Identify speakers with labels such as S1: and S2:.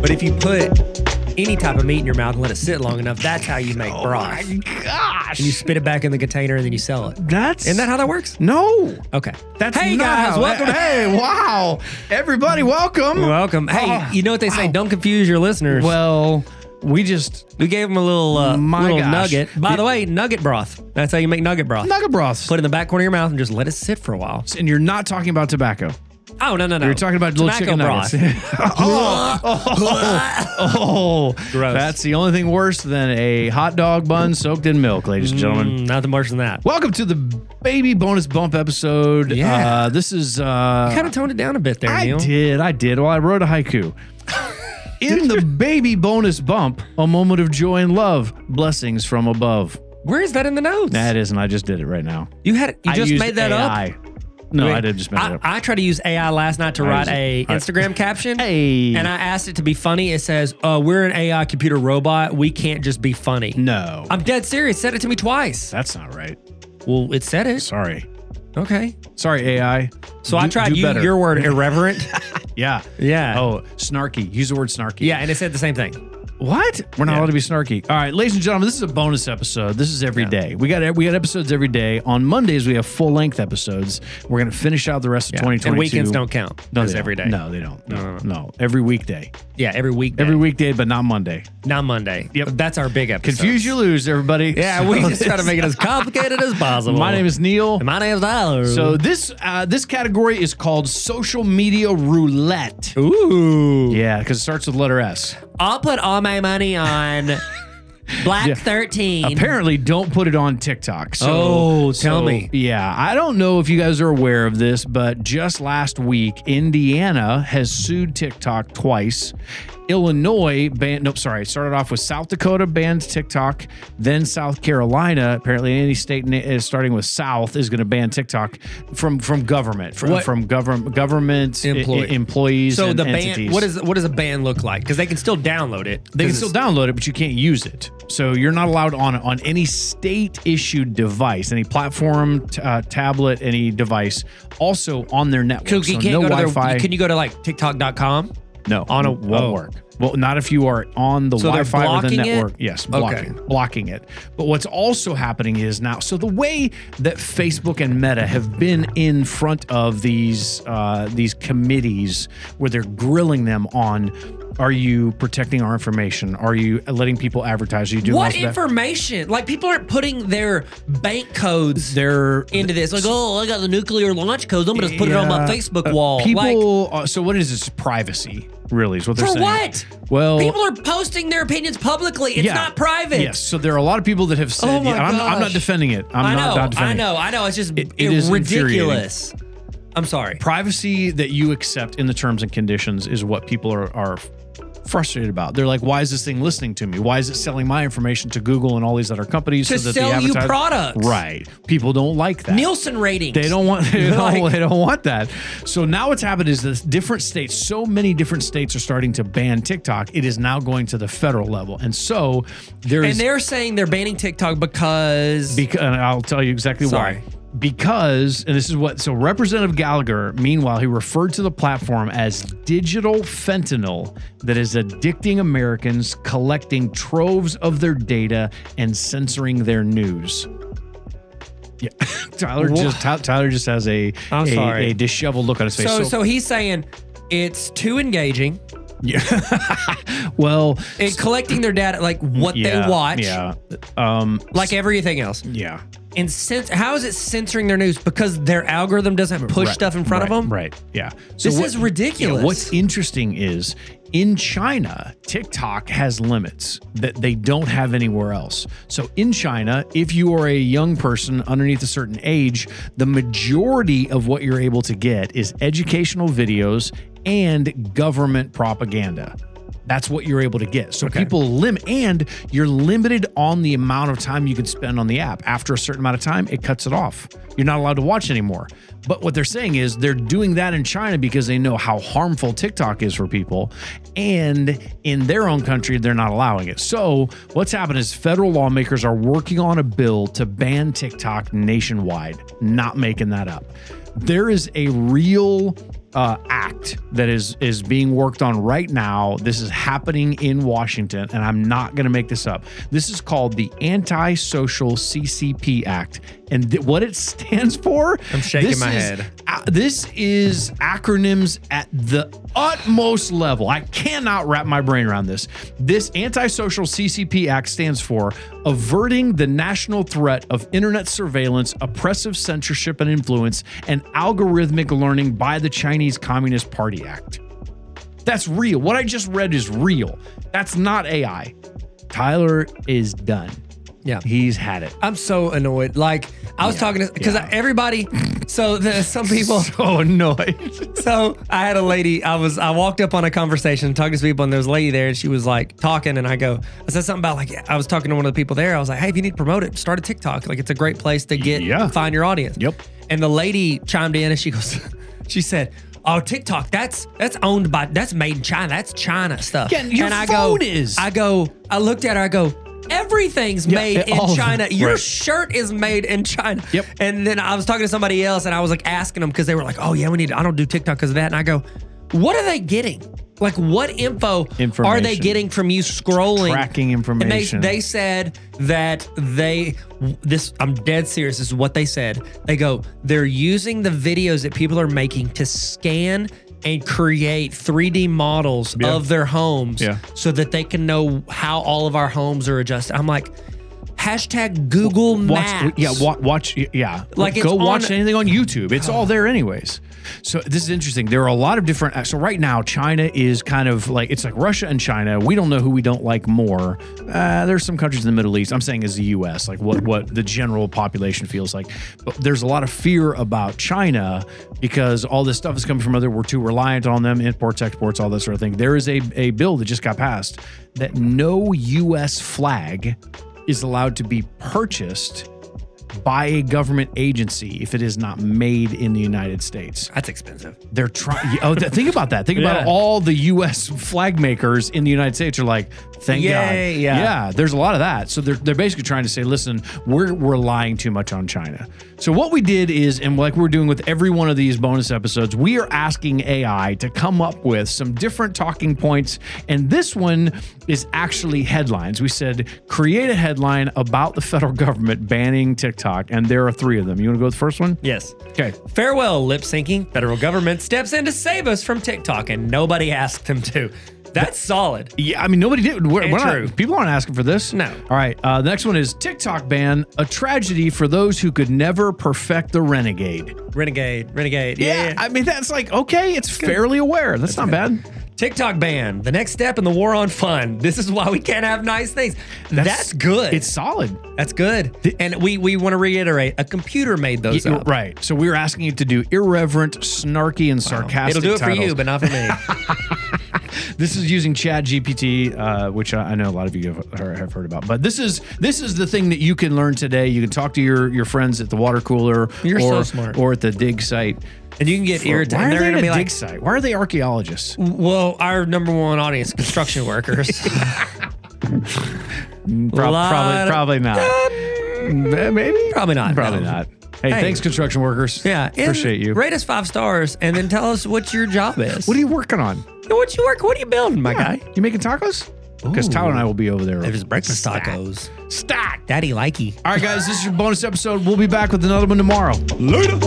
S1: put any type of meat in your mouth and let it sit long enough, that's how you make broth.
S2: Oh My gosh.
S1: And you spit it back in the container and then you sell it.
S2: that's
S1: Isn't that how that works?
S2: No.
S1: Okay.
S2: That's
S1: hey
S2: not
S1: guys,
S2: how-
S1: welcome.
S2: Hey, wow. Everybody, welcome.
S1: Welcome. Hey,
S2: Oh,
S1: you know what they say? Don't confuse your listeners.
S2: Well, we just
S1: we gave them a little uh,
S2: My
S1: little
S2: gosh.
S1: nugget. By the way, nugget broth. That's how you make nugget broth.
S2: nugget broths.
S1: Put it in the back corner of your mouth and just let it sit for a while.
S2: and you're not talking about tobacco.
S1: Oh no no no!
S2: You're talking about little
S1: Tobacco
S2: chicken
S1: broth.
S2: nuggets. oh, oh, oh.
S1: Gross.
S2: That's the only thing worse than a hot dog bun soaked in milk, ladies and gentlemen.
S1: Mm, nothing worse than that.
S2: Welcome to the baby bonus bump episode.
S1: Yeah.
S2: Uh, this is. Uh,
S1: Kind of toned it down a bit there,
S2: I
S1: Neil.
S2: did. I did. Well, I wrote a haiku. In the baby bonus bump, a moment of joy and love, blessings from above.
S1: Where is that in the notes?
S2: That isn't. I just did it right now.
S1: you had you
S2: I
S1: just
S2: used
S1: made that up.
S2: AI. No,
S1: Wait,
S2: I didn't just make
S1: I,
S2: it up.
S1: I tried to use AI last night to write
S2: used it.
S1: a
S2: All right.
S1: Instagram caption.
S2: Hey.
S1: And I asked it to be funny. It says, uh, "We're an AI computer robot. We can't just be funny."
S2: no.
S1: I'm dead serious. Said it to me twice.
S2: that's not right.
S1: Well, it said it.
S2: Sorry.
S1: Okay.
S2: Sorry, AI.
S1: So I
S2: Do-
S1: tried
S2: do
S1: you,
S2: better.
S1: your word irreverent.
S2: Yeah.
S1: yeah.
S2: Oh, snarky. Use the word snarky.
S1: Yeah, and it said the same thing.
S2: What? We're not
S1: Yeah.
S2: allowed to be snarky. All right, ladies and gentlemen, this is a bonus episode. This is every day. We got we got episodes every day. On Mondays, we have full length episodes. We're gonna finish out the rest of
S1: Yeah.
S2: 2022.
S1: And weekends don't count.
S2: No,
S1: It's
S2: they
S1: every day.
S2: don't. No, they don't. No, no, every weekday.
S1: Yeah, every weekday.
S2: Every weekday, but not Monday.
S1: Not Monday.
S2: Yep.
S1: That's our big episode.
S2: Confuse you lose, everybody.
S1: Yeah,
S2: So
S1: we just
S2: this-
S1: try to make it as complicated as possible.
S2: My name is Neil.
S1: And my name is Tyler.
S2: So this uh, this category is called social media roulette.
S1: ooh,
S2: Yeah, because it starts with letter S.
S1: I'll put all my money on Black Thirteen.
S2: Apparently, don't put it on TikTok. So,
S1: Oh, tell
S2: so,
S1: me.
S2: Yeah, I don't know if you guys are aware of this, but just last week, Indiana has sued TikTok twice. Illinois banned. Nope, sorry. It started off with South Dakota banned TikTok, then South Carolina. Apparently, any state na- uh, starting with South is going to ban TikTok from from government from,
S1: What-
S2: from government government i- i-
S1: Employee.
S2: employees.
S1: so
S2: and
S1: the
S2: entities.
S1: ban. What is what does a ban look like? Because they can still download it.
S2: They can still download it, but you can't use it. So you're not allowed on on any state issued device, any platform, t- uh, tablet, any device. Also on their network,
S1: So you
S2: so
S1: can't
S2: no
S1: go to their-
S2: Wi-Fi.
S1: Can you go to like TikTok.com?
S2: no, on a won't
S1: oh.
S2: work. Well, not if you are on the
S1: So they're
S2: Wi-Fi or the
S1: blocking it?
S2: network. Yes, blocking, blocking it. But what's also happening is now. So the way that Facebook and Meta have been in front of these uh, these committees, where they're grilling them on, are you protecting our information? Are you letting people advertise? Are you doing all
S1: What
S2: of that?
S1: information? Like people aren't putting their bank codes
S2: They're
S1: into this. Like, oh, I got the nuclear launch codes. I'm gonna just put it on my
S2: Yeah.
S1: Facebook
S2: Uh,
S1: wall. like,
S2: People. uh, so what is this privacy? Really, is what they're
S1: For
S2: saying.
S1: what?
S2: Well,
S1: People are posting their opinions publicly. It's
S2: yeah.
S1: not private.
S2: Yes. So there are a lot of people that have said.
S1: Oh my
S2: yeah, I'm, I'm not
S1: gosh.
S2: defending it. I'm
S1: i
S2: not,
S1: know.
S2: not
S1: I
S2: defending it.
S1: know. I know. It's just
S2: It- it is
S1: ridiculous. I'm sorry.
S2: Privacy that you accept in the terms and conditions is what people are are frustrated about. They're like, why is this thing listening to me? Why is it selling my information to Google and all these other companies
S1: To
S2: so that they
S1: sell you
S2: advertise-"
S1: products.
S2: Right. People don't like that.
S1: Nielsen ratings.
S2: They don't want they don't,
S1: Like-
S2: they don't want that. So now what's happened is this different states, so many different states are starting to ban TikTok. It is now going to the federal level. And so there
S1: And
S2: is
S1: they're saying they're banning TikTok because
S2: because and I'll tell you exactly
S1: Sorry.
S2: why. Because and this is what so Representative Gallagher, meanwhile, he referred to the platform as digital fentanyl that is addicting Americans, collecting troves of their data and censoring their news. Yeah, Tyler just Ty- Tyler just has a
S1: I'm
S2: a-
S1: sorry.
S2: a disheveled look on his face.
S1: so, so he's saying it's too engaging
S2: well,
S1: and collecting their data like what
S2: yeah,
S1: they watch
S2: Yeah, um,
S1: like everything else.
S2: yeah.
S1: And cens- how is it censoring their news because their algorithm doesn't push
S2: Right,
S1: stuff in front
S2: right,
S1: of them?
S2: Right. Yeah. So
S1: This
S2: what-
S1: is ridiculous.
S2: Yeah, what's interesting is in China, TikTok has limits that they don't have anywhere else. So in China, if you are a young person underneath a certain age, the majority of what you're able to get is educational videos and government propaganda. That's what you're able to get. So people limit, and you're limited on the amount of time you can spend on the app. After a certain amount of time, it cuts it off. You're not allowed to watch anymore. But what they're saying is they're doing that in China because they know how harmful TikTok is for people. And in their own country, they're not allowing it. So what's happened is federal lawmakers are working on a bill to ban TikTok nationwide, not making that up. There is a real uh, act that is is being worked on right now. This is happening in Washington, and I'm not going to make this up. This is called the Anti-Social CCP Act, and th- what it stands for.
S1: I'm shaking
S2: this
S1: my
S2: is-
S1: head.
S2: uh, this is acronyms at the utmost level. I cannot wrap my brain around this. This antisocial CCP Act stands for averting the national threat of internet surveillance, oppressive censorship and influence, and algorithmic learning by the Chinese Communist Party Act. That's real. What I just read is real. That's not AI. Tyler is done.
S1: Yeah.
S2: He's had it.
S1: I'm so annoyed. Like I was talking to because everybody. So there's some people.
S2: So annoyed.
S1: So I had a lady. I was I walked up on a conversation talking to some people, and there was a lady there, and she was like talking, and I go, I said something about like I was talking to one of the people there. I was like, hey, if you need to promote it, start a TikTok. Like it's a great place to get
S2: Yeah.
S1: find your audience.
S2: Yep.
S1: And the lady chimed in, and she goes, she said. Oh, TikTok, that's that's owned by that's made in China. That's China stuff.
S2: Yeah, your
S1: and I
S2: phone
S1: go,
S2: is.
S1: I go, I looked at her, I go, everything's made in
S2: all of it.
S1: China. Your
S2: Right.
S1: shirt is made in China.
S2: Yep.
S1: And then I was talking to somebody else and I was like asking them because they were like, oh, yeah, we need, I don't do TikTok because of that. And I go, what are they getting? Like, what info are they
S2: Information.
S1: getting from you scrolling?
S2: Tracking information.
S1: And they, they said that they, this, I'm dead serious. This is what they said. They go, they're using the videos that people are making to scan and create 3D models
S2: Yeah.
S1: of their homes
S2: Yeah.
S1: so that they can know how all of our homes are adjusted. I'm like, hashtag Google
S2: watch
S1: Maps.
S2: yeah wa- watch yeah
S1: Like,
S2: like
S1: it's
S2: go
S1: on-
S2: watch anything on youtube it's all there anyways so this is interesting there are a lot of different so right now china is kind of like it's like russia and china we don't know who we don't like more uh, there's some countries in the middle east i'm saying is the us like what what the general population feels like but there's a lot of fear about china because all this stuff is coming from other we're too reliant on them imports exports all that sort of thing there is a, a bill that just got passed that no us flag is allowed to be purchased by a government agency if it is not made in the United States.
S1: That's expensive.
S2: They're trying. oh, th- think about that. Think about
S1: Yeah.
S2: all the U.S. flag makers in the United States are like, thank
S1: Yay,
S2: God.
S1: yeah.
S2: there's a lot of that. So they're they're basically trying to say, listen, we're we're lying too much on China. So what we did is, and like we're doing with every one of these bonus episodes, we are asking AI to come up with some different talking points, and this one is actually headlines. We said create a headline about the federal government banning TikTok, and there are three of them. You want to go with the first one?
S1: Yes.
S2: Okay.
S1: Farewell, lip syncing. Federal government steps in to save us from TikTok, and nobody asked them to. That's solid.
S2: Yeah, I mean, nobody did. We're,
S1: And
S2: we're not-
S1: true.
S2: people aren't asking for this.
S1: No.
S2: All right. Uh, the next one is TikTok ban, a tragedy for those who could never perfect the renegade.
S1: Renegade, renegade. Yeah. yeah.
S2: I mean, that's like, okay, it's fairly aware. That's not bad.
S1: TikTok ban, the next step in the war on fun. This is why we can't have nice things. That's, good.
S2: It's solid.
S1: That's good. And we we want to reiterate a computer made those
S2: Yeah,
S1: up.
S2: right. So we were asking you to do irreverent, snarky, and sarcastic.
S1: It'll do it for
S2: titles.
S1: you, but not for me.
S2: This is using Chat GPT, uh, which I I know a lot of you have, or have heard about. But this is this is the thing that you can learn today. You can talk to your your friends at the water cooler,
S1: You're so
S2: or,
S1: smart.
S2: or at the dig site.
S1: and you can get irritated.
S2: Why
S1: and
S2: are
S1: They're
S2: they
S1: going to
S2: at a
S1: be
S2: dig
S1: like,
S2: site? Why are they archaeologists?
S1: well, our number one audience, construction workers.
S2: Prob-
S1: Lot of-
S2: probably, probably not. Eh, Maybe.
S1: Probably not,
S2: Probably
S1: no.
S2: not. Hey,
S1: Hey.
S2: thanks, construction workers.
S1: yeah. and
S2: appreciate you.
S1: Rate us five stars and then tell us what your job is.
S2: What are you working on?
S1: What you work? What are you building, my guy?
S2: You making tacos? Because Tyler and I will be over there.
S1: It was breakfast tacos.
S2: Stacked.
S1: Daddy likey.
S2: All right, guys, this is your bonus episode. We'll be back with another one tomorrow.
S1: Later.